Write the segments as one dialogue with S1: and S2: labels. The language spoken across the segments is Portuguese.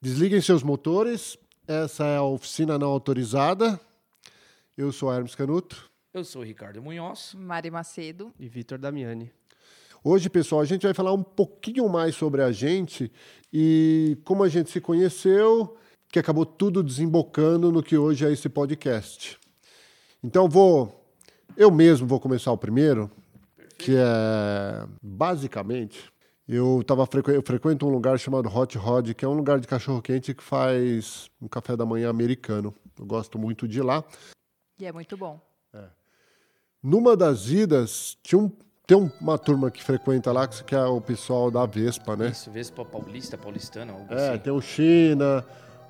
S1: Desliguem seus motores. Essa é a oficina não autorizada. Eu sou Hermes Canuto.
S2: Eu sou o Ricardo Munhoz.
S3: Mari Macedo.
S4: E Vitor Damiani.
S1: Hoje, pessoal, a gente vai falar um pouquinho mais sobre a gente e como a gente se conheceu, que acabou tudo desembocando no que hoje é esse podcast. Então, vou. Eu mesmo vou começar o primeiro, que é basicamente. Eu, tava, frequ- eu frequento um lugar chamado Hot Rod, que é um lugar de cachorro-quente que faz um café da manhã americano. Eu gosto muito de lá.
S3: E é muito bom.
S1: Numa das idas, tinha um- tem um- uma turma que frequenta lá, que é o pessoal da Vespa,
S4: É.
S1: né?
S2: Isso, Vespa paulista, paulistana, algo
S1: É,
S2: assim.
S1: tem o China,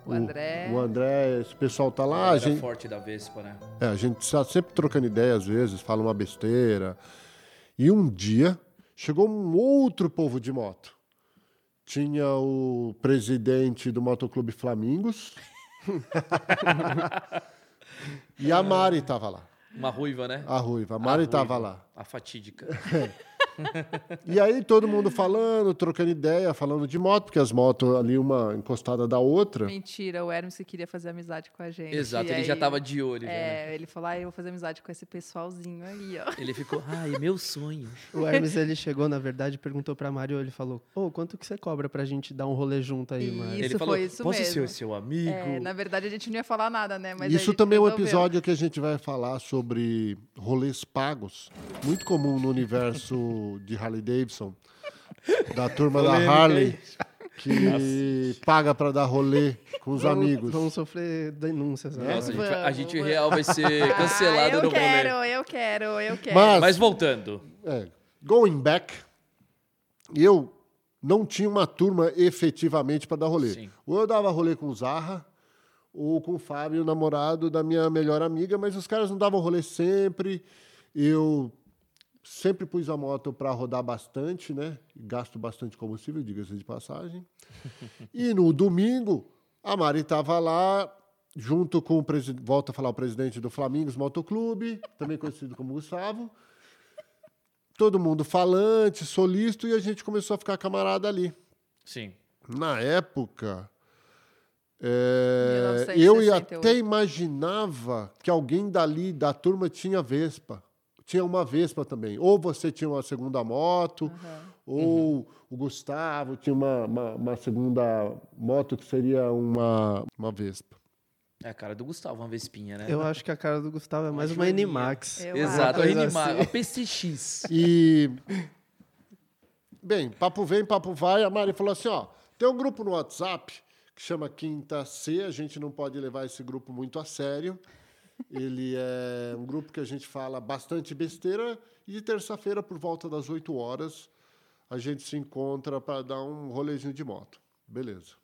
S3: O André.
S1: o André, esse pessoal tá lá.
S2: Era
S1: A gente,
S2: forte da Vespa, né?
S1: é, a gente tá sempre trocando ideia às vezes, fala uma besteira. E um dia chegou um outro povo de moto. Tinha o presidente do Motoclube Flamingos. e a Mari tava lá,
S2: Uma ruiva, né?
S1: a Ruiva. A Mari
S2: ruiva,
S1: tava lá.
S2: A fatídica.
S1: E aí todo mundo falando, trocando ideia, falando de moto, porque as motos ali uma encostada da outra.
S3: Mentira, o Hermes que queria fazer amizade com a gente.
S2: Exato,
S3: e
S2: ele já
S3: aí-
S2: tava de olho. já, né?
S3: É, ele falou, ah, eu vou fazer amizade com esse pessoalzinho aí, ó.
S2: Ele ficou, ai, é meu sonho.
S4: O Hermes, ele chegou, na verdade, perguntou pra Mário, ele falou, ô, quanto que você cobra pra gente dar um rolê junto aí, Mário?
S3: Isso,
S2: ele falou,
S3: foi isso
S2: posso
S3: mesmo.
S2: ser o seu amigo?
S3: É, na verdade, a gente não ia falar nada, né? Mas a
S1: Isso
S3: gente
S1: também é um
S3: resolveu.
S1: episódio que a gente vai falar sobre rolês pagos, muito comum no universo de Harley Davidson, da turma da
S2: Polêmica,
S1: Harley, que paga para dar rolê com os
S4: Vamos-
S1: amigos.
S4: Vamos sofrer denúncias. né? agora.
S2: Nossa, a gente, vai- a
S3: Vamos,
S2: gente
S3: vamos.
S2: real vai ser cancelado
S3: ah, eu
S2: no
S3: quero,
S2: rolê.
S3: eu quero, eu quero.
S1: Mas-
S2: Mas voltando,
S1: É, going back, eu não tinha uma turma efetivamente para dar rolê.
S2: Sim.
S1: Ou eu dava rolê com o Zarra, ou com o Fábio, o namorado da minha melhor amiga, mas os caras não davam rolê sempre. Eu sempre pus a moto para rodar bastante, né? Gasto bastante combustível, diga-se de passagem. e no domingo, a Mari estava lá junto com o presidente, volta a falar o presidente do Flamengo Motoclube, também conhecido como Gustavo todo mundo falante, solícito, e a gente começou a ficar camarada ali.
S2: sim.
S1: Na época, é,
S3: 1968.
S1: eu ia- até imaginava que alguém dali da turma tinha Vespa. Tinha uma Vespa também. Ou você tinha uma segunda moto, ou o Gustavo tinha uma, uma- uma segunda moto que seria uma, uma Vespa.
S2: É a cara do Gustavo, uma Vespinha, né?
S4: Eu acho que a cara do Gustavo é mais
S2: Acho
S4: uma
S2: que é minha.
S4: Animax.
S3: Eu
S2: Exato, um
S4: Uma
S2: a
S4: coisa
S2: Renimar,
S4: assim.
S2: a PCX.
S1: E. Bem, papo vem, papo vai. A Mari falou assim: ó, tem um grupo no WhatsApp que chama Quinta C, a gente não pode levar esse grupo muito a sério. Ele é um grupo que a gente fala bastante besteira e terça-feira, por volta das 8 horas, a gente se encontra para dar um rolezinho de moto. Beleza.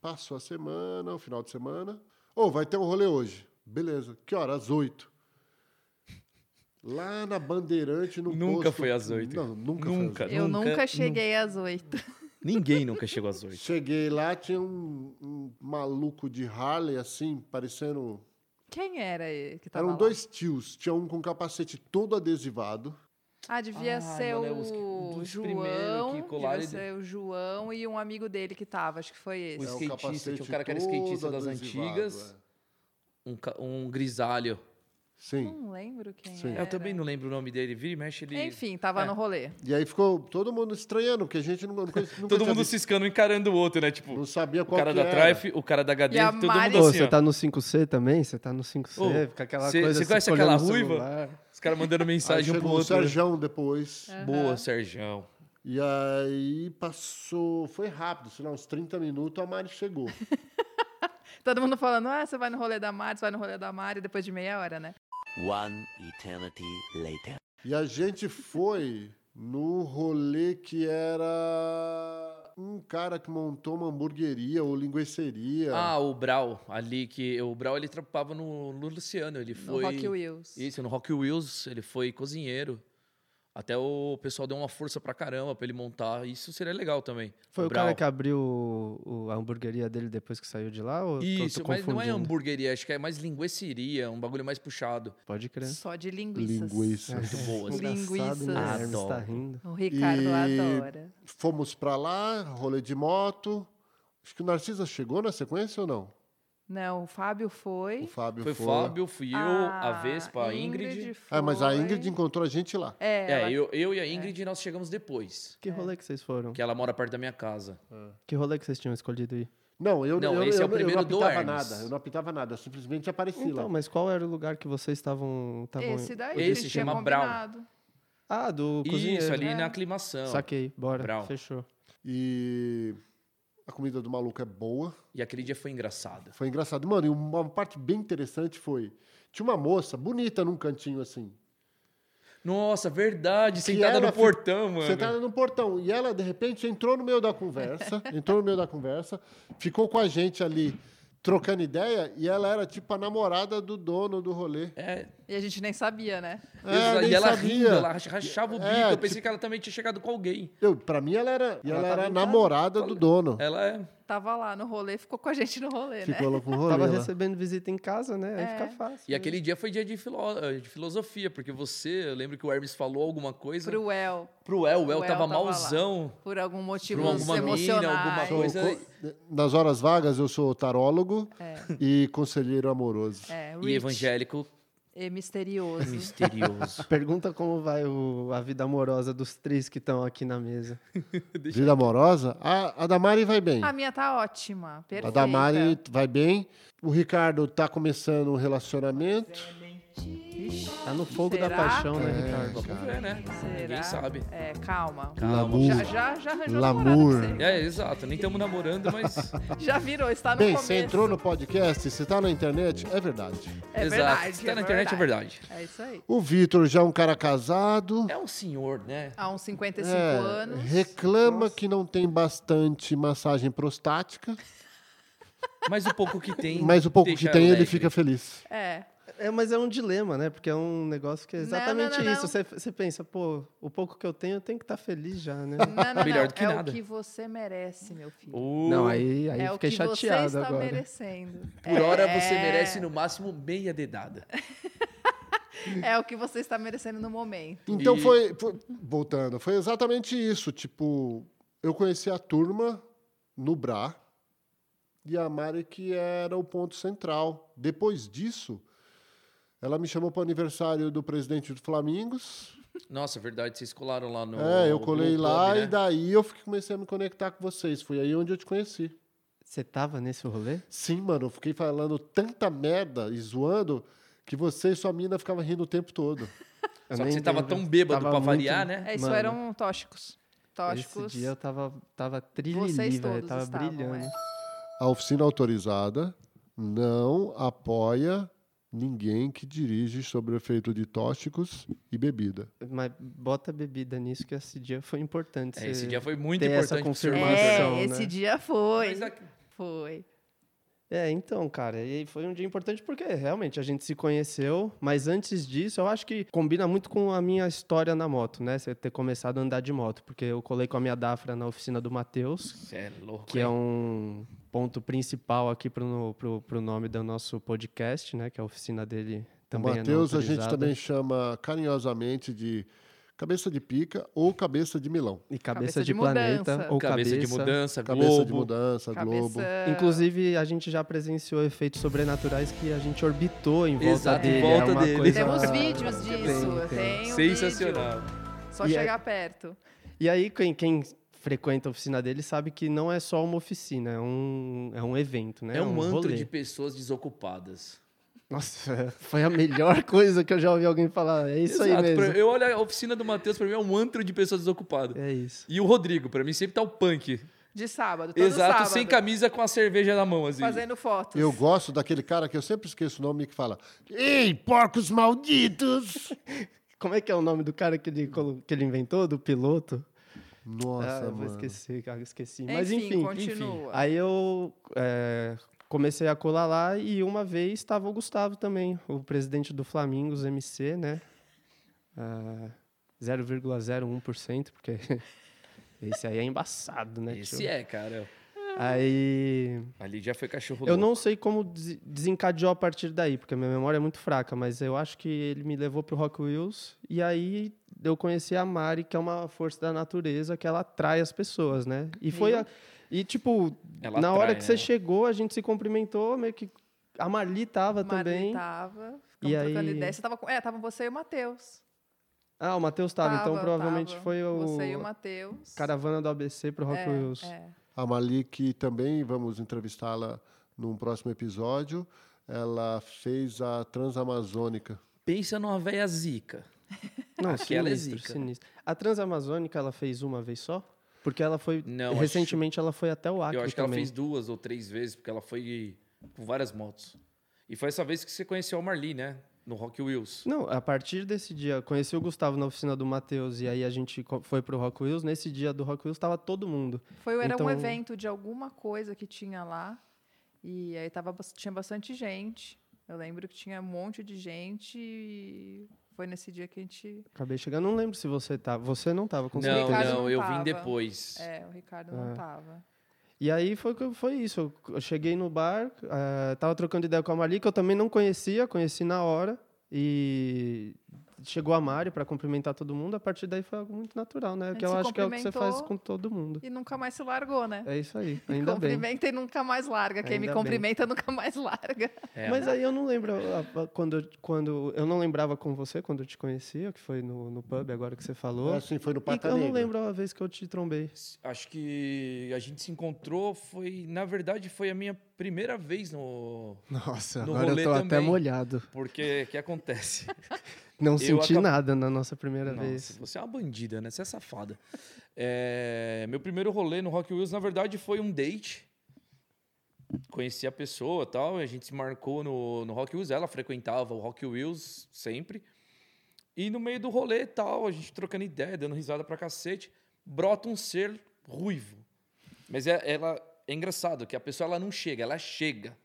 S1: Passou a semana, o final de semana. Ô, vai ter um rolê hoje. Beleza. Que hora? Às 8. Lá na Bandeirante, no
S2: Nunca
S1: posto-
S2: foi às 8.
S1: Não, nunca,
S2: Nunca.
S1: foi às 8.
S3: Eu
S2: Nunca-
S3: nunca, cheguei às oito.
S2: Ninguém nunca chegou às oito.
S1: Cheguei lá, tinha um, um maluco de Harley, assim, parecendo...
S3: Quem era ele que tava
S1: Eram
S3: lá?
S1: dois tios. Tinha um com capacete todo adesivado.
S3: Ah, devia
S2: Ah,
S3: ser
S2: mano, é os que-
S3: o
S2: dos primeiros que
S3: João.
S2: colaram
S3: devia
S2: ele-
S3: ser o João e um amigo dele que tava, acho que foi
S2: O
S3: esse.
S1: É,
S2: skatista,
S1: capacete
S2: tinha um cara que era skatista
S1: todo
S2: das
S1: adesivado,
S2: antigas.
S1: é.
S2: Um, ca- um grisalho.
S1: Sim.
S3: Não lembro quem
S1: Sim.
S3: era.
S2: Eu também não lembro o nome dele. Vira e mexe ele.
S3: É, né? Enfim, tava
S2: É.
S3: no rolê.
S1: E aí ficou todo mundo estranhando, porque a gente não, nunca, nunca
S2: Todo
S1: tinha
S2: mundo
S1: visto,
S2: ciscando, encarando o outro, né? Tipo,
S1: não sabia
S2: o
S1: qual
S2: cara
S1: que
S2: da
S1: era.
S2: Trife, o cara da HD,
S3: E a
S2: todo
S4: Ô,
S2: mundo
S3: Mari-
S2: assim.
S4: você
S2: ó.
S4: tá no 5C também? Você tá no 5C?
S2: Ô,
S4: fica aquela
S2: cê-
S4: coisa
S2: cê
S4: assim,
S2: conhece
S4: olhando
S2: aquela
S4: no
S2: ruiva?
S4: celular.
S2: Os caras mandando
S1: Aí
S2: mensagem um pro
S1: chegou o
S2: outro. né?
S1: Serjão depois.
S2: Boa, Serjão.
S1: E aí passou. Foi rápido, sei lá, uns 30 minutos a Mari chegou.
S3: Todo mundo falando, ah, você vai no rolê da Mari, você vai no rolê da Mari, depois de meia hora, né?
S5: One eternity later.
S1: E a gente foi no rolê que era um cara que montou uma hamburgueria ou
S4: É.
S1: linguiceria.
S2: Ah, o Brau, ali que. O Brau ele trampava no, no Luciano. Ele
S3: No
S2: foi.
S3: Rock Wheels.
S2: Isso, no Rock Wheels, ele foi cozinheiro. Até o pessoal deu uma força pra caramba pra ele montar. Isso seria legal também.
S4: Foi o
S2: Brau.
S4: cara que abriu o- o- a hamburgueria dele depois que saiu de lá? Ou tô- tô
S2: Isso, mas não é
S4: confundindo?
S2: hamburgueria, acho que é mais linguiceria, um bagulho mais puxado.
S4: Pode crer.
S3: Só de linguiças.
S1: Linguiça.
S2: Muito boas.
S3: Sim. Linguiças.
S4: Engraçado, né?
S2: Ah,
S4: Hermes tá
S2: adoro.
S4: rindo.
S3: O Ricardo
S1: E-
S3: adora.
S1: Fomos pra lá, rolê de moto. Acho que o Narcisa chegou na sequência ou não?
S3: Não, o Fábio
S1: O
S3: foi.
S1: Fábio
S2: Foi o
S1: foi.
S2: Fábio, fui eu, a Vespa, a Ingrid.
S1: Ah, mas a
S3: foi.
S1: Ingrid encontrou a gente lá.
S3: É, ela-
S2: É, eu, eu e a Ingrid nós chegamos depois.
S4: Que rolê que vocês foram?
S2: Que ela mora perto da minha casa.
S4: Que rolê que vocês tinham escolhido ir?
S1: Não, eu
S2: Não,
S1: eu,
S2: esse é
S1: eu,
S2: o primeiro
S1: eu não
S2: do
S1: apitava
S2: Hermes.
S1: nada. Eu não apitava nada, eu simplesmente apareci
S4: Então,
S1: lá.
S4: mas qual era o lugar que vocês estavam... estavam-
S3: Esse
S2: Esse
S3: daí, a gente tinha
S2: chama Brown.
S3: combinado.
S4: Ah, do cozinheiro.
S2: Isso, ali
S3: É.
S2: na aclimação.
S4: Saquei, bora,
S2: Brau.
S4: fechou.
S1: E a comida do maluco é boa.
S2: E aquele dia foi engraçado.
S1: Foi engraçado. Mano, e uma parte bem interessante foi. Tinha uma moça bonita num cantinho assim.
S2: Nossa, verdade,
S1: que
S2: sentada
S1: era
S2: no
S1: fi- tá-
S2: portão, mano.
S1: Sentada no portão. E ela, de repente, entrou no meio da conversa. entrou no meio da conversa, ficou com a gente ali trocando ideia, e ela era tipo a namorada do dono do rolê.
S2: É,
S3: E a gente nem sabia, né?
S1: É,
S2: e
S1: nem
S2: ela
S1: sabia.
S2: rindo, ela rach- rachava o bico.
S1: É,
S2: eu pensei que ela também tinha chegado com alguém.
S1: Eu, pra mim, ela era, e
S4: Ela
S1: ela
S4: tava
S1: era
S4: em casa.
S1: namorada do dono.
S2: Ela é.
S3: Tava lá no rolê, ficou com a gente no rolê, né?
S1: Ficou lá com o rolê.
S4: Tava
S1: lá.
S4: recebendo visita em casa, né? Aí
S3: É.
S4: fica fácil.
S2: E aquele dia foi dia de, filó- de filosofia, porque você, eu lembro que o Hermes falou alguma coisa.
S3: Pro El,
S2: Pro El, o El
S3: O El
S2: tava
S3: tava lá.
S2: malzão.
S3: por algum motivo
S2: Por alguma mina,
S3: emocionais.
S1: Sou
S2: alguma coisa.
S1: co- Nas horas vagas, eu sou tarólogo e conselheiro amoroso.
S3: É,
S2: E É
S3: rich
S2: evangélico
S3: e misterioso.
S2: misterioso.
S4: Pergunta como vai o- a vida amorosa dos três que estão aqui na mesa.
S1: Vida amorosa? A, a Damari vai bem.
S3: A minha tá ótima,
S1: A
S3: perfeita.
S1: Damari vai bem. O Ricardo tá começando um relacionamento.
S4: Tá no fogo da
S3: Será?
S4: paixão, né, Ricardo?
S2: Vamos ver, né?
S3: Será?
S2: Ninguém sabe.
S3: É, calma.
S1: Lamu.
S3: Já, tá já, já arranjou
S1: Lamour.
S3: namorado pra
S2: É, exato. Nem estamos namorando, mas.
S3: você. Já virou, está no
S1: Bem,
S3: começo.
S1: você entrou no podcast, você tá na internet, é verdade.
S3: É
S2: exato.
S3: verdade,
S2: Se tá
S3: é
S2: na internet, é verdade.
S3: É isso aí.
S1: O Vitor já é um cara casado.
S2: É um senhor, né?
S3: Há uns 55
S1: É,
S3: anos.
S1: reclama que não tem bastante massagem prostática,
S2: Mas o pouco que tem.
S1: mas o pouco
S2: deixa
S1: que tem ele
S2: alegre.
S1: fica feliz.
S3: É.
S4: É, mas é um dilema, né? Porque é um negócio que é
S3: Não, não,
S4: exatamente
S3: não, não.
S4: isso. Você- Você pensa, pô, o pouco que eu tenho, eu tenho que estar feliz já, né?
S3: Não, não,
S2: Melhor
S3: não.
S2: do que
S3: é
S2: nada.
S3: o que você merece, meu filho.
S2: Oh,
S4: Não, aí, aí
S3: é o
S4: fiquei
S3: que
S4: chateado
S3: você está
S4: agora.
S3: merecendo.
S2: Por hora você
S3: É.
S2: merece no máximo meia dedada.
S3: É o que você está merecendo no momento.
S1: Então
S2: E-
S1: foi, foi- Voltando, foi exatamente isso. Tipo, eu conheci a turma no Bra e a Mari, que era o ponto central. Depois disso, ela me chamou para o aniversário do presidente do Flamingos.
S2: Nossa, verdade, vocês colaram lá no.
S1: é, eu
S2: no
S1: colei
S2: clube,
S1: lá
S2: né?
S1: e daí eu fiquei- comecei a me conectar com vocês. Foi aí onde eu te conheci.
S4: Você tava nesse rolê?
S1: Sim, mano, eu fiquei falando tanta merda e zoando que você e sua mina ficavam rindo o tempo todo.
S2: Só
S4: Eu
S2: que
S4: nem
S2: você tava
S4: lembro.
S2: tão bêbado
S4: Tava
S2: pra
S4: muito-
S2: variar, né?
S3: É, isso
S4: Mano.
S3: eram tóxicos. Tóxicos.
S4: Esse dia eu tava, tava
S3: Vocês
S4: trilhili, velho.
S3: todos
S4: Tava
S3: estavam, é.
S4: brilhando.
S1: A oficina autorizada não apoia ninguém que dirige sobre o efeito de tóxicos e bebida.
S4: Mas bota bebida nisso, que esse dia foi importante.
S2: É, esse
S4: Você-
S2: dia foi muito
S4: ter
S2: importante
S4: essa
S2: pro seu irmão.
S4: confirmação.
S3: É, esse
S4: né?
S3: dia foi.
S2: Mas é aqui-
S3: Foi.
S4: É, então, cara, e aí foi um dia importante porque realmente a gente se conheceu, mas antes disso, eu acho que combina muito com a minha história na moto, né? Você ter começado a andar de moto, porque eu colei com a minha Dafra na oficina do Matheus,
S2: Cê é louco.
S4: que é um ponto principal aqui pro, no- pro, pro nome do nosso podcast, né? Que a oficina dele também
S1: o
S4: é não
S1: Matheus a gente
S4: autorizada.
S1: também chama carinhosamente de cabeça de pica ou cabeça de milão.
S4: E cabeça,
S3: Cabeça
S4: de,
S3: de
S4: planeta
S3: mudança.
S4: ou
S2: cabeça, de mudança,
S1: Cabeça
S2: Globo.
S1: de mudança, Tá Globo.
S3: Cabeça.
S4: Inclusive, a gente já presenciou efeitos sobrenaturais que a gente orbitou em volta
S2: Exato, em
S4: dele.
S2: volta
S4: é uma
S2: dele.
S4: Coisa...
S3: Temos vídeos disso.
S4: tem.
S3: Tem, um
S2: Sensacional.
S3: vídeo. Só
S4: E é-
S3: chegar perto.
S4: E aí, quem, quem frequenta a oficina dele sabe que não é só uma oficina, é um, é um evento, né?
S2: É um manto
S4: rolê.
S2: de pessoas desocupadas.
S4: Nossa, foi a melhor coisa que eu já ouvi alguém falar. É isso
S2: Exato,
S4: aí
S2: pra-
S4: mesmo.
S2: Eu olho a oficina do Matheus, pra mim é um antro de pessoas desocupadas.
S4: É isso.
S2: E o Rodrigo, pra mim sempre tá o punk.
S3: De sábado. Todo
S2: Exato,
S3: sábado.
S2: sem camisa com a cerveja na mão, assim.
S3: Fazendo fotos.
S1: Eu gosto daquele cara que eu sempre esqueço o nome que fala: Ei, porcos malditos!
S4: Como é que é o nome do cara que ele, colo- que ele inventou, do piloto? ah,
S1: Nossa,
S4: eu vou
S1: mano.
S4: esquecer, cara, esqueci.
S3: Enfim,
S4: Mas enfim.
S3: continua.
S4: Aí eu é, comecei a colar lá e uma vez estava o Gustavo também, o presidente do Flamingos MC, né? Ah, 0,01%, porque esse aí é embaçado, né?
S2: Esse
S4: tio?
S2: é, cara.
S4: Aí.
S2: Ali já foi cachorro
S4: Eu
S2: louco.
S4: não sei como des- desencadeou a partir daí, porque a minha memória é muito fraca, mas eu acho que ele me levou pro Rock Wheels e aí eu conheci a Mari, que é uma força da natureza que ela atrai as pessoas, né? E foi a- e tipo,
S2: Ela
S4: na hora
S2: atrai,
S4: que
S2: né?
S4: você chegou, a gente se cumprimentou, meio que a Marli tava
S3: Marli
S4: também.
S3: tava.
S4: E
S3: Ficamos trocando
S4: aí-
S3: ideia. Você tava com... É, tava você e o Matheus.
S4: Ah, o Matheus tava, então
S3: Tava,
S4: provavelmente
S3: tava.
S4: foi o
S3: Você e o Matheus.
S4: caravana do ABC pro Rock
S3: É,
S4: Wheels.
S3: é.
S1: A Malik também vamos entrevistá-la num próximo episódio. Ela fez a Transamazônica.
S2: Pensa numa véia zica.
S4: Não,
S2: Aquela é
S4: sinistro,
S2: zica.
S4: sinistro. A Transamazônica ela fez uma vez só? Porque ela foi
S2: Não, acho-
S4: recentemente ela foi até o Acre
S2: Eu acho que ela
S4: Ah, também.
S2: fez duas ou três vezes, porque ela foi com várias motos. E foi essa vez que você conheceu a Marli, né? No Rock Wheels.
S4: Não, a partir desse dia, conheci o Gustavo na oficina do Matheus e aí a gente co- foi pro Rock Wheels. Nesse dia do Rock Wheels tava todo mundo.
S3: Foi, era
S4: Então-
S3: um evento de alguma coisa que tinha lá. E aí tava, bas- tinha bastante gente. Eu lembro que tinha um monte de gente e foi nesse dia que a gente.
S4: Acabei chegando, não lembro se você tava. Você não tava com
S2: Não,
S4: certeza.
S3: Ricardo
S2: não,
S3: não
S2: eu vim
S3: tava.
S2: depois.
S3: É, o Ricardo não
S4: É.
S3: tava.
S4: E aí foi, que- foi isso. Eu cheguei no bar, eh, tava trocando ideia com a Mali, que eu também não conhecia, conheci na hora. E chegou a Mari para cumprimentar todo mundo. A partir daí foi algo muito natural, né?
S3: gente
S4: Que eu
S3: se
S4: acho que é o que você faz
S3: cumprimentou.
S4: com todo mundo.
S3: E nunca mais se largou, né?
S4: É isso aí, ainda bem.
S3: cumprimenta e nunca mais larga. Quem
S4: Ainda
S3: me
S4: bem.
S3: cumprimenta nunca mais larga.
S2: É,
S4: Mas aí eu não lembro a- a- quando, eu- quando eu não lembrava com você quando eu te conhecia, que foi no, no pub agora que você falou.
S1: Assim foi no
S4: E
S1: Pata
S4: eu não
S1: Negra.
S4: lembro a vez que eu te trombei.
S2: Acho que a gente se encontrou, foi... Na verdade, foi a minha primeira vez no...
S4: Nossa,
S2: No agora eu rolê tô até também.
S4: molhado.
S2: Porque o que acontece?
S4: Não senti
S2: acab-
S4: nada na nossa primeira
S2: Nossa,
S4: vez.
S2: você é uma bandida, né? Você é safada. É, meu primeiro rolê no Rock Wheels, na verdade, foi um date. Conheci a pessoa e tal, e a gente se marcou no, no Rock Wheels. Ela frequentava o Rock Wheels sempre. E no meio do rolê e tal, a gente trocando ideia, dando risada pra cacete, brota um ser ruivo. Mas é, ela, é engraçado que a pessoa ela não chega, ela chega.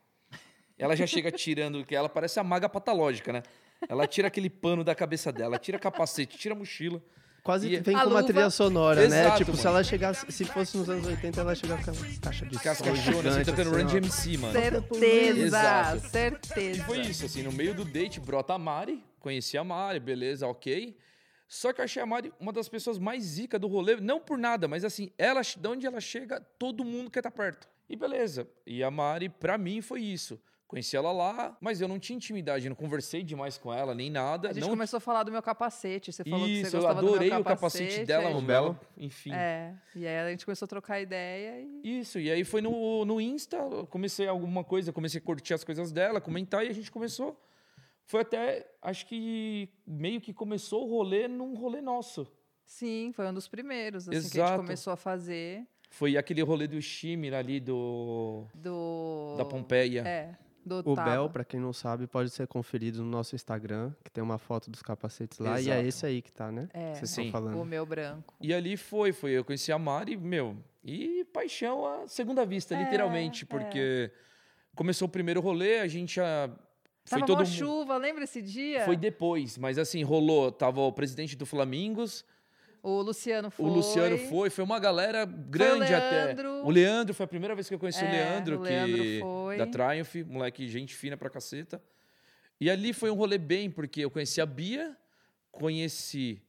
S2: Ela já chega tirando, que ela parece a maga patológica, né? Ela tira aquele pano da cabeça dela, tira capacete, tira mochila.
S4: Quase
S2: E-
S4: vem
S3: A
S4: com uma
S3: luva-
S4: trilha sonora, né?
S2: Exato,
S4: Tipo, se
S2: mano.
S4: ela chegasse, se fosse nos anos 80, ela chegava com aquela caixa de som
S2: Cascachona, assim,
S4: gigante,
S2: tentando
S4: assim,
S2: Run
S4: ó.
S2: DMC, mano.
S3: Certeza!
S2: Exato. E
S3: Certeza.
S2: foi isso, assim, no meio do date brota a Mari, conheci a Mari, beleza, ok. Só que eu achei a Mari uma das pessoas mais zica do rolê, não por nada, mas assim, ela, de onde ela chega, todo mundo quer estar perto. E beleza, e a Mari, pra mim, foi isso. Conheci ela lá, mas eu não tinha intimidade, não conversei demais com ela, nem nada.
S3: A gente
S2: não...
S3: começou a falar do meu capacete. Você falou que você
S2: Isso, eu
S3: gostava
S2: adorei
S3: do meu
S2: o capacete
S3: aí
S2: dela,
S3: a gente-
S2: um belo, enfim.
S3: É. E aí a gente começou a trocar ideia e.
S2: Isso, e aí foi no, no Insta, eu comecei alguma coisa, comecei a curtir as coisas dela, comentar, e a gente começou. Foi até, acho que meio que começou o rolê num rolê nosso.
S3: Sim, foi um dos primeiros assim, que a
S2: Exato.
S3: gente começou a fazer.
S2: Foi aquele rolê do Shimmer ali, do,
S3: Do.
S2: da Pompeia.
S3: É. Do
S4: O
S3: Taba.
S4: Bel, pra quem não sabe, pode ser conferido no nosso Instagram, que tem uma foto dos capacetes lá. E é
S2: Exato.
S4: esse aí que tá, né?
S3: É,
S4: Vocês estão
S2: Sim.
S3: O
S4: falando.
S3: meu branco.
S2: E ali foi, foi, eu conheci a Mari, meu, e paixão à segunda vista,
S3: É,
S2: literalmente,
S3: é.
S2: porque começou o primeiro rolê, a gente já... Foi
S3: Tava
S2: todo
S3: mó
S2: mundo-
S3: chuva, lembra esse dia?
S2: Foi depois, mas assim, rolou, tava o presidente do Flamingos,
S3: O Luciano foi.
S2: O Luciano foi, foi uma galera grande até.
S3: Leandro.
S2: O Leandro foi a primeira vez que eu conheci o
S3: É,
S2: Leandro,
S3: o Leandro
S2: que
S3: foi.
S2: da Triumph, moleque gente fina pra caceta. E ali foi um rolê bem, porque eu conheci a Bia, conheci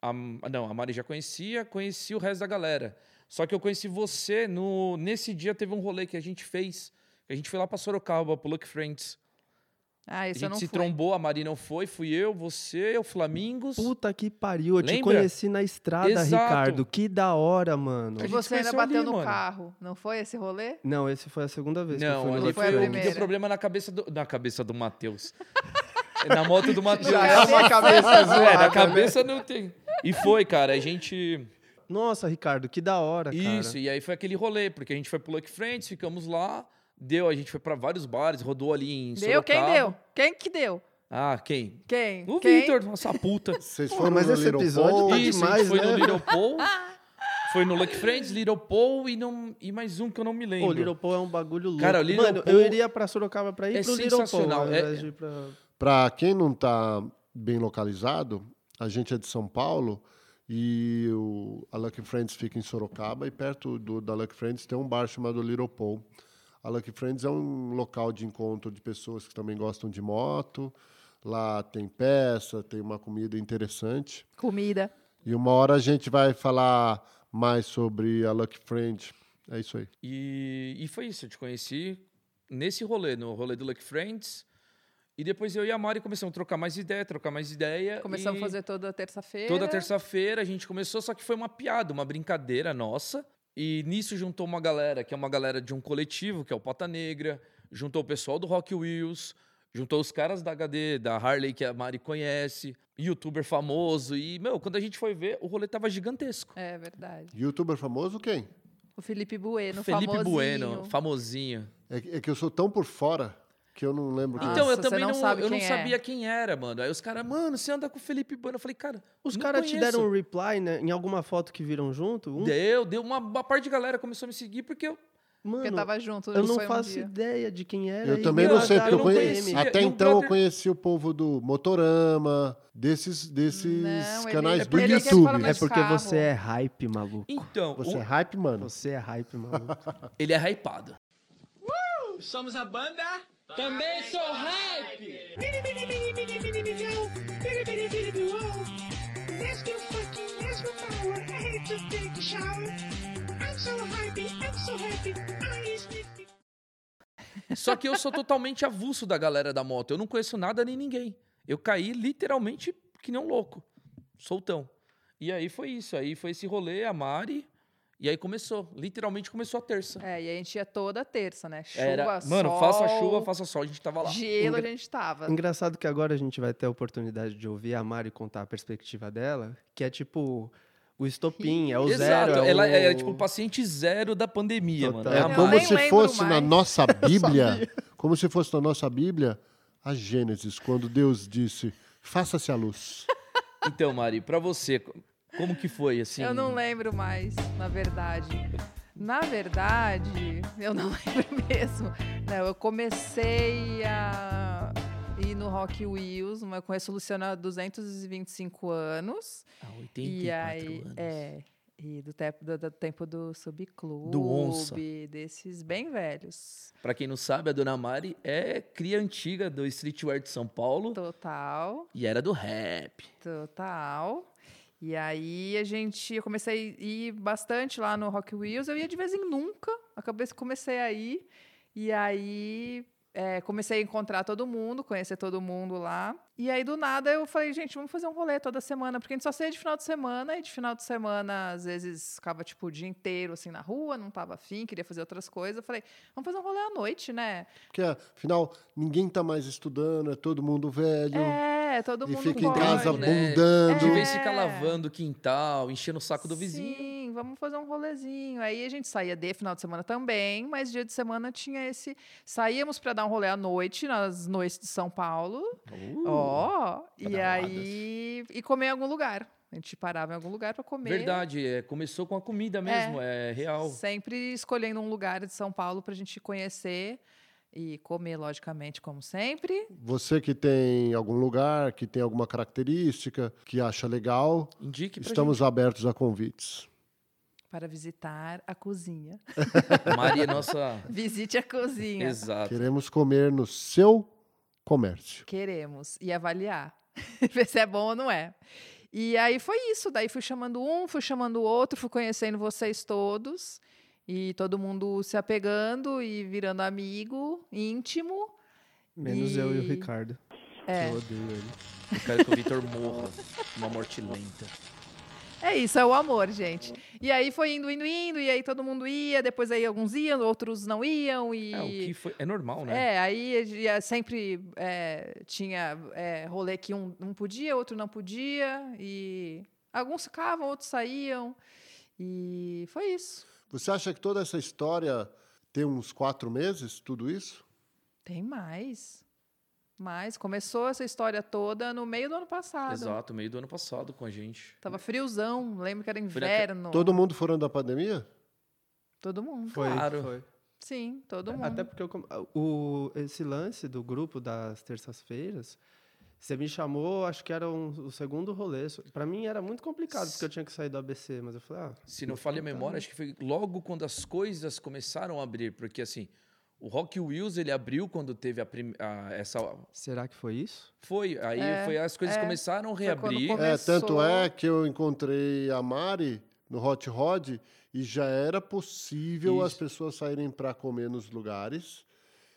S2: a, não, a Mari já conhecia, conheci o resto da galera. Só que eu conheci você no nesse dia teve um rolê que a gente fez, que a gente foi lá pra Sorocaba, pro Look Friends.
S3: Ah, esse
S2: a
S3: eu não
S2: gente se
S3: fui.
S2: trombou, a Mari não foi, fui eu, você, o Flamingos.
S4: Puta que pariu, eu te
S2: Lembra?
S4: conheci na estrada,
S2: Exato.
S4: Ricardo. Que da hora, mano.
S2: A
S3: Que
S2: gente se
S3: você ainda
S2: conheceu
S3: bateu
S2: ali,
S3: no
S2: mano.
S3: carro. Não foi esse rolê?
S4: Não, esse foi a segunda vez que eu
S2: Não,
S4: fui no
S2: ali
S4: Look
S3: foi a
S2: foi o que
S4: Friends.
S2: deu
S3: primeira.
S2: problema na cabeça do, na cabeça do Matheus. na moto do Matheus.
S4: Já é uma cabeça
S2: É, na
S4: zoada, né?
S2: cabeça não tem. E foi, cara, a gente.
S4: Nossa, Ricardo, que da hora, cara.
S2: Isso, e aí foi aquele rolê, porque a gente foi pro Lucky Friends, ficamos lá, deu, a gente foi pra vários bares, rodou ali em
S3: Deu? Quem
S2: Sorocaba.
S3: deu? Quem que deu?
S2: Ah, quem?
S3: Quem?
S2: O
S3: Quem?
S2: Victor, nossa puta.
S1: Vocês
S4: Pô,
S1: foram
S4: mas
S1: no
S4: esse
S1: Little
S4: episódio
S1: Paul,
S4: tá
S2: Isso, a gente
S4: demais,
S2: foi
S4: né?
S2: no Little Paul. Foi no Lucky Friends, Little Paul e, não, e mais um que eu não me lembro.
S4: Pô, Little Paul é um bagulho louco.
S2: Cara, o Little
S4: Mano, eu
S2: Paul
S4: iria pra Sorocaba pra ir
S2: é
S4: pro Little Paul,
S2: sensacional,
S4: ao
S2: é-
S4: invés de ir pra...
S1: tá Para quem não está bem localizado, a gente é de São Paulo E o, a Lucky Friends fica em Sorocaba e perto do, da Lucky Friends tem um bar chamado Little Paul. A Lucky Friends é um local de encontro de pessoas que também gostam de moto. Lá tem peça, tem uma comida interessante.
S3: Comida.
S1: E uma hora a gente vai falar mais sobre a Lucky Friend. É isso aí.
S2: E, e foi isso, eu te conheci nesse rolê, no rolê do Lucky Friends. E depois eu e a Mari começamos a trocar mais ideia, trocar mais ideia.
S3: Começamos
S2: e
S3: a fazer toda terça-feira.
S2: Toda terça-feira a gente começou, só que foi uma piada, uma brincadeira nossa. E nisso juntou uma galera, que é uma galera de um coletivo, que é o Pata Negra, juntou o pessoal do Rock Wheels, juntou os caras da HD, da Harley, que a Mari conhece, youtuber famoso. E, meu, quando a gente foi ver, o rolê tava gigantesco.
S3: É verdade.
S1: Youtuber famoso quem?
S3: O Felipe Bueno,
S2: Felipe
S3: famosinho.
S2: Bueno, famosinho.
S1: É, que- é que eu sou tão por fora que eu não lembro quem.
S3: Ah,
S1: é.
S2: Então, eu
S3: você
S2: também
S3: não
S2: não,
S3: sabe
S2: eu não
S3: quem é.
S2: sabia quem era, mano. Aí os caras, mano, você anda com o Felipe Bueno. Eu falei, cara,
S4: Os
S2: não
S4: caras te
S2: conheço.
S4: deram um reply né, em alguma foto que viram junto? Um,
S2: Deu, deu. Uma, uma parte de galera começou a me seguir porque eu
S3: Porque
S4: mano,
S3: tava junto.
S4: eu não
S3: foi um
S4: faço
S3: dia.
S4: ideia de quem era.
S1: Eu
S4: e
S1: também
S4: me
S1: não sei, porque eu
S4: mandaram um
S2: conhe-
S4: DM.
S2: conhecia.
S1: Até
S2: E o
S1: então eu
S2: brother-
S1: conheci o povo do Motorama, desses, desses
S3: Não, ele-
S1: canais
S3: é
S1: do
S3: porque ele quer
S1: YouTube.
S3: falar
S4: É
S3: mais-
S4: porque
S3: carro.
S4: você é hype, maluco.
S2: Então, o-
S1: Você é hype, mano?
S4: Você é hype, maluco.
S2: ele é hypado.
S6: Somos a banda. Também sou hype.
S7: Let's go fucking, let's go power. I hate to take a shower. I'm so happy, I'm so happy. I is happy.
S2: Só que eu sou totalmente avulso da galera da moto. Eu não conheço nada nem ninguém. Eu caí literalmente que nem um louco. Soltão. E aí foi isso. Aí foi esse rolê, a Mari. E aí começou. Literalmente começou a terça.
S3: É, e a gente ia toda terça, né? Chuva,
S2: Era,
S3: sol,
S2: mano, faça chuva, faça sol. A gente tava lá.
S3: Gelo a gente tava.
S4: Engraçado que agora a gente vai ter a oportunidade de ouvir a Mari contar a perspectiva dela, que é tipo o estopim, é o
S2: Exato.
S4: zero.
S2: Ela
S4: o...
S2: é tipo o paciente zero da pandemia,
S4: Total.
S2: mano.
S1: É
S2: a
S3: Eu
S1: como
S2: Mari.
S3: nem
S1: se
S3: lembro
S1: fosse na
S3: mais.
S1: nossa Bíblia, como se fosse na nossa Bíblia, a Gênesis, quando Deus disse, faça-se a luz.
S2: Então, Mari, pra você, co- como que foi, assim?
S3: Eu não lembro mais, na verdade. Na verdade, eu não lembro mesmo. Não, eu comecei a ir no Rock Wheels, mas eu conheço o Luciano há 225 anos.
S2: Há 84
S3: e aí,
S2: anos.
S3: é, e do tempo do, do tempo do subclube,
S2: Do Onça.
S3: desses bem velhos.
S2: Pra quem não sabe, a Dona Mari é cria antiga do streetwear de São Paulo
S3: Total.
S2: e era do rap.
S3: Total. E aí a gente, eu comecei a ir bastante lá no Rock Wheels, eu ia de vez em nunca, acabei comecei a ir, e aí é, comecei a encontrar todo mundo, conhecer todo mundo lá, e aí do nada eu falei, gente, vamos fazer um rolê toda semana, porque a gente só saía de final de semana, e de final de semana às vezes ficava tipo o dia inteiro assim na rua, não tava afim, queria fazer outras coisas, eu falei, vamos fazer um rolê à noite, né?
S1: Porque, afinal, ninguém tá mais estudando, é todo mundo velho.
S3: É, todo
S1: e
S3: mundo
S1: fica em
S3: pode.
S1: casa
S2: né?
S1: bundando.
S2: De vez em ficar
S3: É.
S2: lavando o quintal, enchendo o saco do vizinho.
S3: Sim, vamos fazer um rolezinho. Aí a gente saía de final de semana também, mas dia de semana tinha esse. Saíamos para dar um rolê à noite, nas noites de São Paulo.
S2: Uh,
S4: Uh,
S3: Ó, e
S2: badaladas.
S3: aí. E comer em algum lugar. A gente parava em algum lugar para comer.
S2: Verdade, é, começou com a comida mesmo, é, real.
S3: Sempre escolhendo um lugar de São Paulo para a gente conhecer e comer, logicamente, como sempre.
S1: Você que tem algum lugar, que tem alguma característica, que acha legal,
S2: Indique pra
S1: estamos abertos a convites.
S3: Para visitar a cozinha.
S2: gente. A Mari é nossa...
S3: Visite a cozinha.
S2: Exato.
S1: Queremos comer no seu comércio.
S3: Queremos e avaliar. Ver se é bom ou não é. E aí foi isso. Daí fui chamando um, fui chamando o outro, fui conhecendo vocês todos. E todo mundo se apegando e virando amigo íntimo.
S4: Menos eu e o
S3: E-
S4: Ricardo.
S3: É.
S4: Eu odeio ele.
S2: Eu quero que o Vitor morra. Uma morte lenta.
S3: É isso, é o amor, gente. E aí foi indo, indo, indo. E aí todo mundo ia. Depois aí alguns iam, outros não iam. E...
S2: É, o que foi... É normal, né?
S3: É, aí a gente ia- sempre é, tinha é, rolê que um, um podia, outro não podia, e alguns ficavam, outros saíam, e foi isso.
S1: Você acha que toda essa história tem uns quatro meses, tudo isso?
S3: Tem mais. Mas começou essa história toda no meio do ano passado.
S2: Exato, meio do ano passado com a gente.
S3: Tava friozão, lembro que era
S2: Fria-
S3: inverno.
S1: Todo mundo furando a pandemia?
S3: Todo mundo.
S4: Foi,
S2: Claro.
S4: foi.
S3: Sim, todo mundo.
S4: Até porque eu com- o, esse lance do grupo das terças-feiras Você me chamou, acho que era um- o segundo rolê. So- Pra mim era muito complicado, porque eu tinha que sair do ABC, mas eu falei, ah,
S2: Se não
S3: Então.
S2: falha a memória, acho que foi logo quando as coisas começaram a abrir, porque assim, o Rock Wheels ele abriu quando teve a, prim- a- essa
S4: será que foi isso?
S2: foi aí foi as coisas
S3: é.
S2: começaram a
S3: Foi quando
S2: reabrir.
S3: come-
S1: É, tanto
S3: Começou-
S1: é que eu encontrei a Mari no Hot Rod e já era possível as
S2: Isso.
S1: pessoas saírem para comer nos lugares.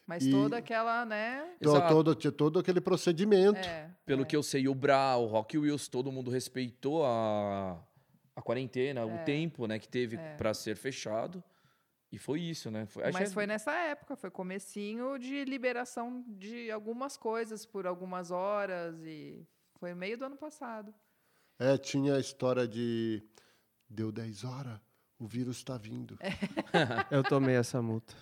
S3: Mas
S1: E-
S3: toda aquela, né?
S1: Então,
S2: Exato.
S1: todo, tinha todo aquele procedimento.
S3: É.
S2: Pelo que eu sei, o Bra, o Rock Wheels, todo mundo respeitou a, a quarentena,
S3: É.
S2: o tempo, né, que teve pra ser fechado. E foi isso, né? Foi- acho
S3: Mas
S2: que-
S3: foi nessa época, foi comecinho de liberação de algumas coisas por algumas horas e foi meio do ano passado.
S1: É, tinha a história de deu 10 horas, o vírus está vindo.
S4: Eu tomei essa multa.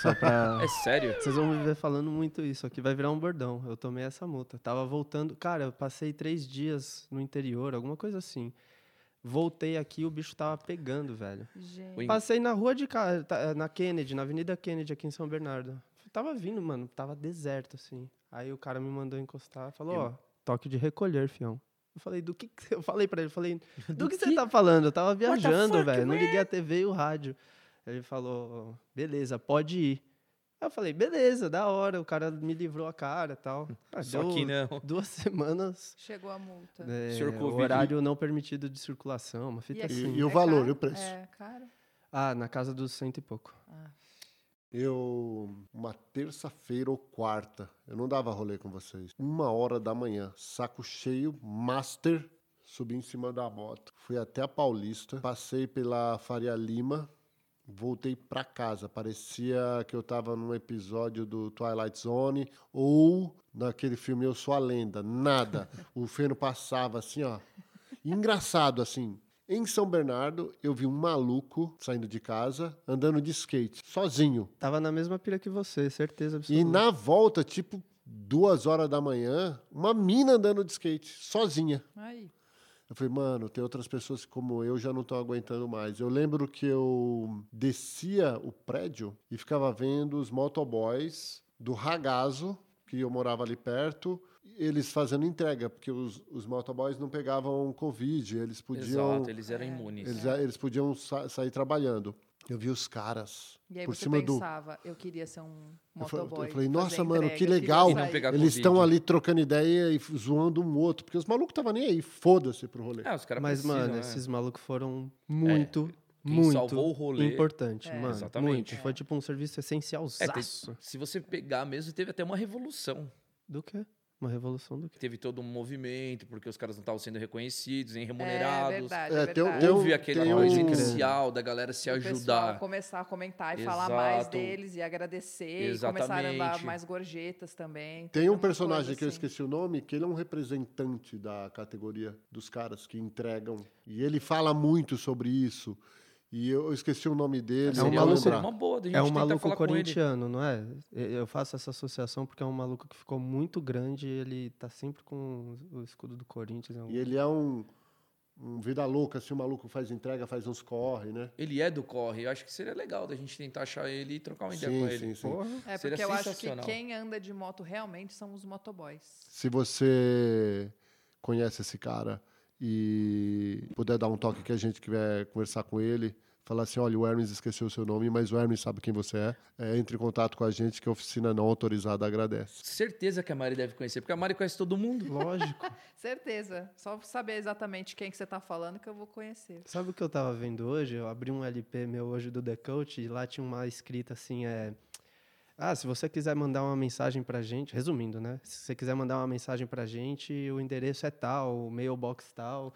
S4: Só pra.
S2: É sério?
S4: Vocês vão me ver falando muito isso aqui, vai virar um bordão. Eu tomei essa multa. Tava voltando. Cara, eu passei três dias no interior, alguma coisa assim. Voltei aqui o bicho tava pegando, velho.
S3: Gente.
S2: Foi em-
S4: Passei na rua de casa, na Kennedy, na Avenida Kennedy, aqui em São Bernardo. Tava vindo, mano, tava deserto, assim. Aí o cara me mandou encostar, falou, ó, toque de recolher, fião. Eu falei, do que, que você- Eu falei pra ele, eu falei, do, que, você tá falando? Eu tava viajando, velho. Não liguei a TV e o rádio. Ele falou, beleza, pode ir. Aí eu falei, beleza, da hora, o cara me livrou a cara e tal. Ah,
S2: Só
S4: deu
S2: que não.
S4: Duas semanas.
S3: Chegou a multa.
S4: né,
S2: Senhor
S4: o
S2: Covid.
S4: horário não permitido de circulação, uma fita
S3: E aqui?
S4: assim.
S1: É, E o valor,
S3: caro?
S1: e o preço?
S3: É, cara.
S4: Ah, na casa dos cento e pouco.
S1: Eu, uma terça-feira ou quarta, eu não dava rolê com vocês. Uma hora da manhã, saco cheio, master, subi em cima da moto. Fui até a Paulista, passei pela Faria Lima, voltei pra casa. Parecia que eu tava num episódio do Twilight Zone ou naquele filme Eu Sou a Lenda. Nada. o feno passava assim, ó. Engraçado, assim. Em São Bernardo, eu vi um maluco saindo de casa, andando de skate, sozinho.
S4: Tava na mesma pira que você, certeza
S1: E
S4: absoluta.
S1: na volta, tipo, duas horas da manhã, uma mina andando de skate, sozinha.
S3: Aí.
S1: Eu falei, mano, tem outras pessoas que, como eu já não estão aguentando mais. Eu lembro que eu descia o prédio e ficava vendo os motoboys do Ragazo, que eu morava ali perto, eles fazendo entrega, porque os, os motoboys não pegavam Covid, eles podiam.
S2: Exato, eles eram imunes.
S1: Eles, eles podiam sa- sair trabalhando. Eu vi os caras
S3: E aí
S1: por
S3: você
S1: cima do.
S3: pensava, eu queria ser um
S1: Eu fa-
S3: motoboy.
S1: eu falei,
S3: fazer
S1: nossa, mano,
S3: entrega,
S1: que
S3: eu queria
S1: legal.
S2: E não
S3: sair."
S2: pegar
S1: Eles
S2: Covid.
S1: estão ali trocando ideia e f- zoando um outro, porque os malucos estavam nem aí, foda-se pro rolê.
S2: É, os caras
S4: Mas,
S2: precisam,
S4: mano,
S2: né? É,
S4: esses malucos foram muito,
S2: quem
S4: muito
S2: salvou o rolê- É,
S4: importante, mano.
S2: Exatamente.
S4: Muito. Foi tipo um serviço essencial.
S2: É, tem- se você pegar mesmo, teve até uma revolução.
S4: Do quê? Uma revolução do quê?
S2: Teve todo um movimento, porque os caras não estavam sendo reconhecidos, nem
S3: É
S2: remunerados.
S3: verdade,
S1: É,
S3: é
S1: tem um-
S3: verdade.
S1: tem um-
S2: Houve aquele
S1: tem
S2: coisa
S1: um-
S2: inicial da galera se
S3: O pessoal
S2: ajudar.
S3: começar a comentar e falar mais
S2: Exato.
S3: deles e agradecer e começar a
S2: Exatamente.
S3: mandar mais gorjetas também.
S1: Tem um
S3: uma coisa
S1: personagem que eu
S3: assim.
S1: esqueci o nome, que ele é um representante da categoria dos caras que entregam. E ele fala muito sobre isso. E eu esqueci o nome dele.
S4: É
S1: não
S4: um
S2: Seria
S1: vou
S4: maluco-
S2: seria
S1: lembrar.
S2: uma boa, da gente
S4: É um
S2: tentar
S4: maluco
S2: falar com ele.
S4: corintiano, não é? E- Eu faço essa associação porque é um maluco que ficou muito grande e ele tá sempre com o escudo do Corinthians. em algum-
S1: E ele é um, um vida louca, assim, o maluco faz entrega, faz uns corre, né?
S2: Ele é do corre. Eu acho que seria legal da gente tentar achar ele e trocar uma ideia
S1: Sim,
S2: com ele.
S1: sim, sim.
S3: É
S2: Seria
S3: porque eu acho que
S2: sensacional.
S3: quem anda de moto realmente são os motoboys.
S1: Se você conhece esse cara e puder dar um toque que a gente quiser conversar com ele, falar assim, olha, o Hermes esqueceu o seu nome, mas o Hermes sabe quem você é, é, entre em contato com a gente que a oficina não autorizada agradece.
S2: Certeza que a Mari deve conhecer, porque a Mari conhece todo mundo.
S4: Lógico.
S3: Certeza. Só saber exatamente quem que você tá falando que eu vou conhecer.
S4: Sabe o que eu tava vendo hoje? Eu abri um LP meu hoje do The Coach e lá tinha uma escrita assim, é... Ah, se você quiser mandar uma mensagem pra gente, resumindo, né? Se você quiser mandar uma mensagem pra gente, o endereço é tal, o mailbox tal.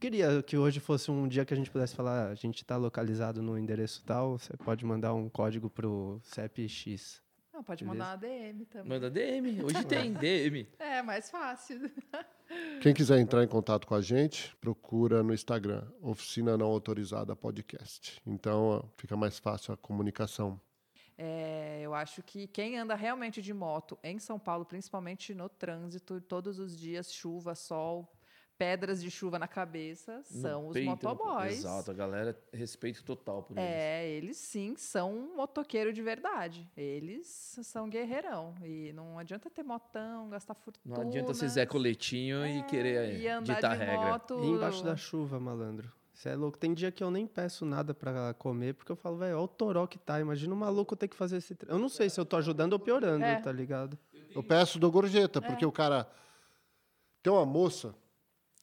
S4: Queria que hoje fosse um dia que a gente pudesse falar, a gente tá localizado no endereço tal, você pode mandar um código pro CEPX.
S3: Não, pode
S4: Beleza.
S3: mandar uma DM também.
S2: Manda DM. Hoje tem DM.
S3: É, mais fácil.
S1: Quem quiser entrar em contato com a gente, procura no Instagram, Oficina Não Autorizada Podcast. Então ó, fica mais fácil a comunicação.
S3: É, eu acho que quem anda realmente de moto em São Paulo, principalmente no trânsito, todos os dias, chuva, sol, pedras de chuva na cabeça
S2: No
S3: são os
S2: peito, no-
S3: motoboys.
S2: Exato, a galera, respeito total por eles.
S3: É, eles sim são um motoqueiro de verdade. Eles são guerreirão. E não adianta ter motão, gastar fortuna.
S2: Não adianta ser Zé Coletinho e querer
S3: né? É, E andar
S2: ditar
S3: de
S2: É, regra.
S3: moto.
S4: E embaixo da chuva, malandro. Você é louco. Tem dia que eu nem peço nada pra comer, porque eu falo, velho, olha o toró que tá. Imagina o maluco ter que fazer esse. tre- Eu não sei se eu tô ajudando ou piorando,
S3: É.
S4: tá ligado?
S1: Eu peço do gorjeta,
S2: É.
S1: porque o cara. Tem uma moça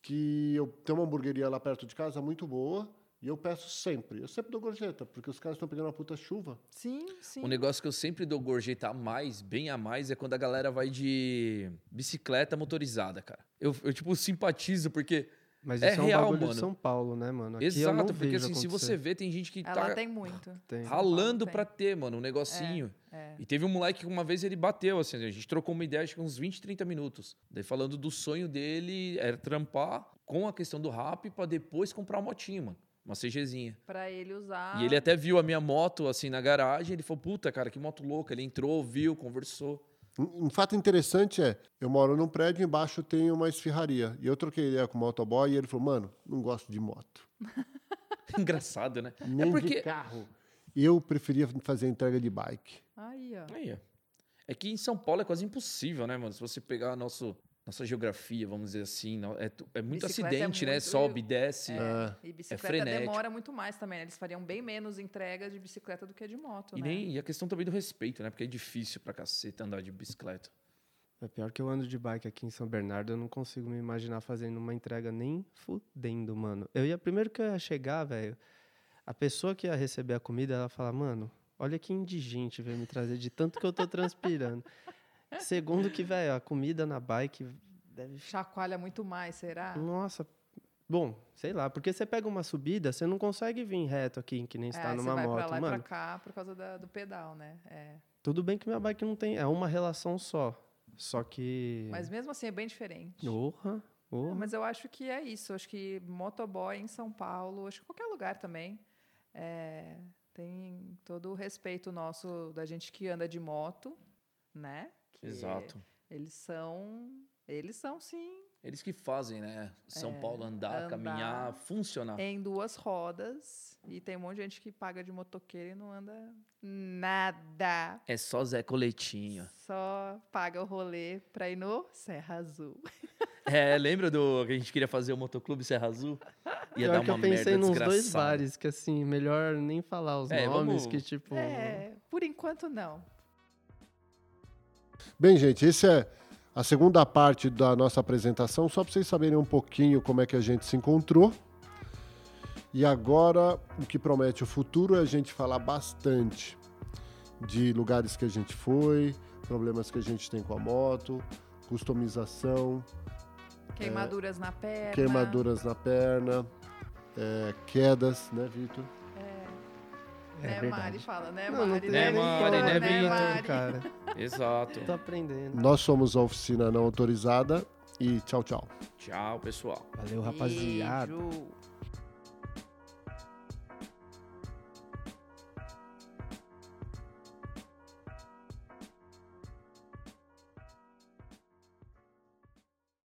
S1: que eu tem uma hamburgueria lá perto de casa muito boa e eu peço sempre. Eu sempre dou gorjeta, porque os caras estão pegando uma puta chuva.
S3: Sim, sim.
S2: Um negócio que eu sempre dou gorjeta a mais, bem a mais, é quando a galera vai de bicicleta motorizada, cara. Eu, eu, tipo, simpatizo, porque.
S4: Mas
S2: É
S4: isso é, um
S2: real,
S4: bagulho
S2: mano.
S4: de São Paulo, né, mano? Aqui eu não
S2: exato, porque
S4: vejo
S2: assim, se você
S4: acontecer.
S2: vê, tem gente que
S3: Ela
S2: tá
S3: tem muito.
S4: Tem.
S2: ralando
S3: Tem. É,
S2: pra ter, mano, um negocinho. E teve um moleque que uma vez ele bateu, assim, a gente trocou uma ideia, acho que uns 20, 30 minutos. Daí falando do sonho dele era trampar com a questão do rap pra depois comprar uma motinha, mano. Uma CGzinha.
S3: Pra ele usar.
S2: E ele é até viu a minha moto, assim, na garagem. Ele falou, puta, cara, que moto louca. Ele entrou, viu, conversou.
S1: Um um fato interessante é, eu moro num prédio, embaixo tem uma esfirraria. E eu troquei ideia com o motoboy e ele falou, mano, não gosto de moto.
S2: Engraçado, né?
S1: Nem
S2: é porque...
S1: de carro. Eu preferia fazer entrega de bike.
S3: Aí, ó.
S2: Aí, ó. É que em São Paulo é quase impossível, né, mano? Se você pegar a nosso, nossa geografia, vamos dizer assim, não- é, tu- é muito
S3: Bicicleta é
S2: acidente, né?
S3: muito- É.
S2: Sobe, desce.
S3: E bicicleta
S2: É frenético.
S3: demora muito mais também. né? Eles fariam bem menos entregas de bicicleta do que de moto,
S2: E,
S3: né?
S2: nem, e a questão também do respeito, né? Porque é difícil pra caceta andar de bicicleta.
S4: É pior que eu ando de bike aqui em São Bernardo, eu não consigo me imaginar fazendo uma entrega nem fudendo, mano. Eu ia primeiro que eu ia chegar, velho. A pessoa que ia receber a comida, ela fala, mano, olha que indigente veio me trazer de tanto que eu tô transpirando. Segundo que, velho, a comida na bike deve.
S3: Chacoalha muito mais, será?
S4: Nossa. Bom, sei lá, porque você pega uma subida, você não consegue vir reto aqui, que nem está
S3: É, aí
S4: tá numa
S3: você vai
S4: moto,
S3: pra lá e
S4: mano.
S3: pra cá por causa da- do pedal, né? É.
S4: Tudo bem que minha bike não tem, é uma relação só. Só que
S3: Mas mesmo assim é bem diferente.
S4: Porra,
S3: É,
S4: porra.
S3: Mas eu acho que é isso. Acho que motoboy em São Paulo, acho que qualquer lugar também, é, tem todo o respeito nosso da gente que anda de moto, né? Que
S2: Exato.
S3: Eles são, eles são sim,
S2: Eles que fazem, né? São Paulo andar,
S3: É, andar.
S2: caminhar, funcionar.
S3: em duas rodas e tem um monte de gente que paga de motoqueiro e não anda nada.
S2: É só Zé Coletinho.
S3: Só paga o rolê pra ir no Serra Azul.
S2: É, lembra do que a gente queria fazer o motoclube Serra Azul? Ia
S4: Pior
S2: dar
S4: que
S2: uma
S4: eu pensei
S2: merda
S4: nos
S2: desgraçada.
S4: dois bares, que assim, melhor nem falar os
S2: É,
S4: nomes,
S2: vamos-
S4: que tipo.
S3: É, por enquanto não.
S1: Bem, gente, essa é a segunda parte da nossa apresentação, só para vocês saberem um pouquinho como é que a gente se encontrou. E agora, o que promete o futuro é a gente falar bastante de lugares que a gente foi, problemas que a gente tem com a moto, customização,
S3: Queimaduras na perna.
S1: queimaduras na perna, é, quedas, né, Vitor?
S4: É
S3: né,
S4: verdade.
S3: Mari? Fala, né,
S4: Não,
S3: Mari?
S4: não tem
S2: né,
S4: nem
S2: Mari?
S4: como,
S2: Né,
S4: né,
S2: Mari?
S4: Mari? cara.
S2: Exato.
S4: Tô aprendendo.
S1: Nós somos a oficina não autorizada e tchau, tchau.
S2: Tchau, pessoal.
S4: Valeu, rapaziada.
S3: Beijo.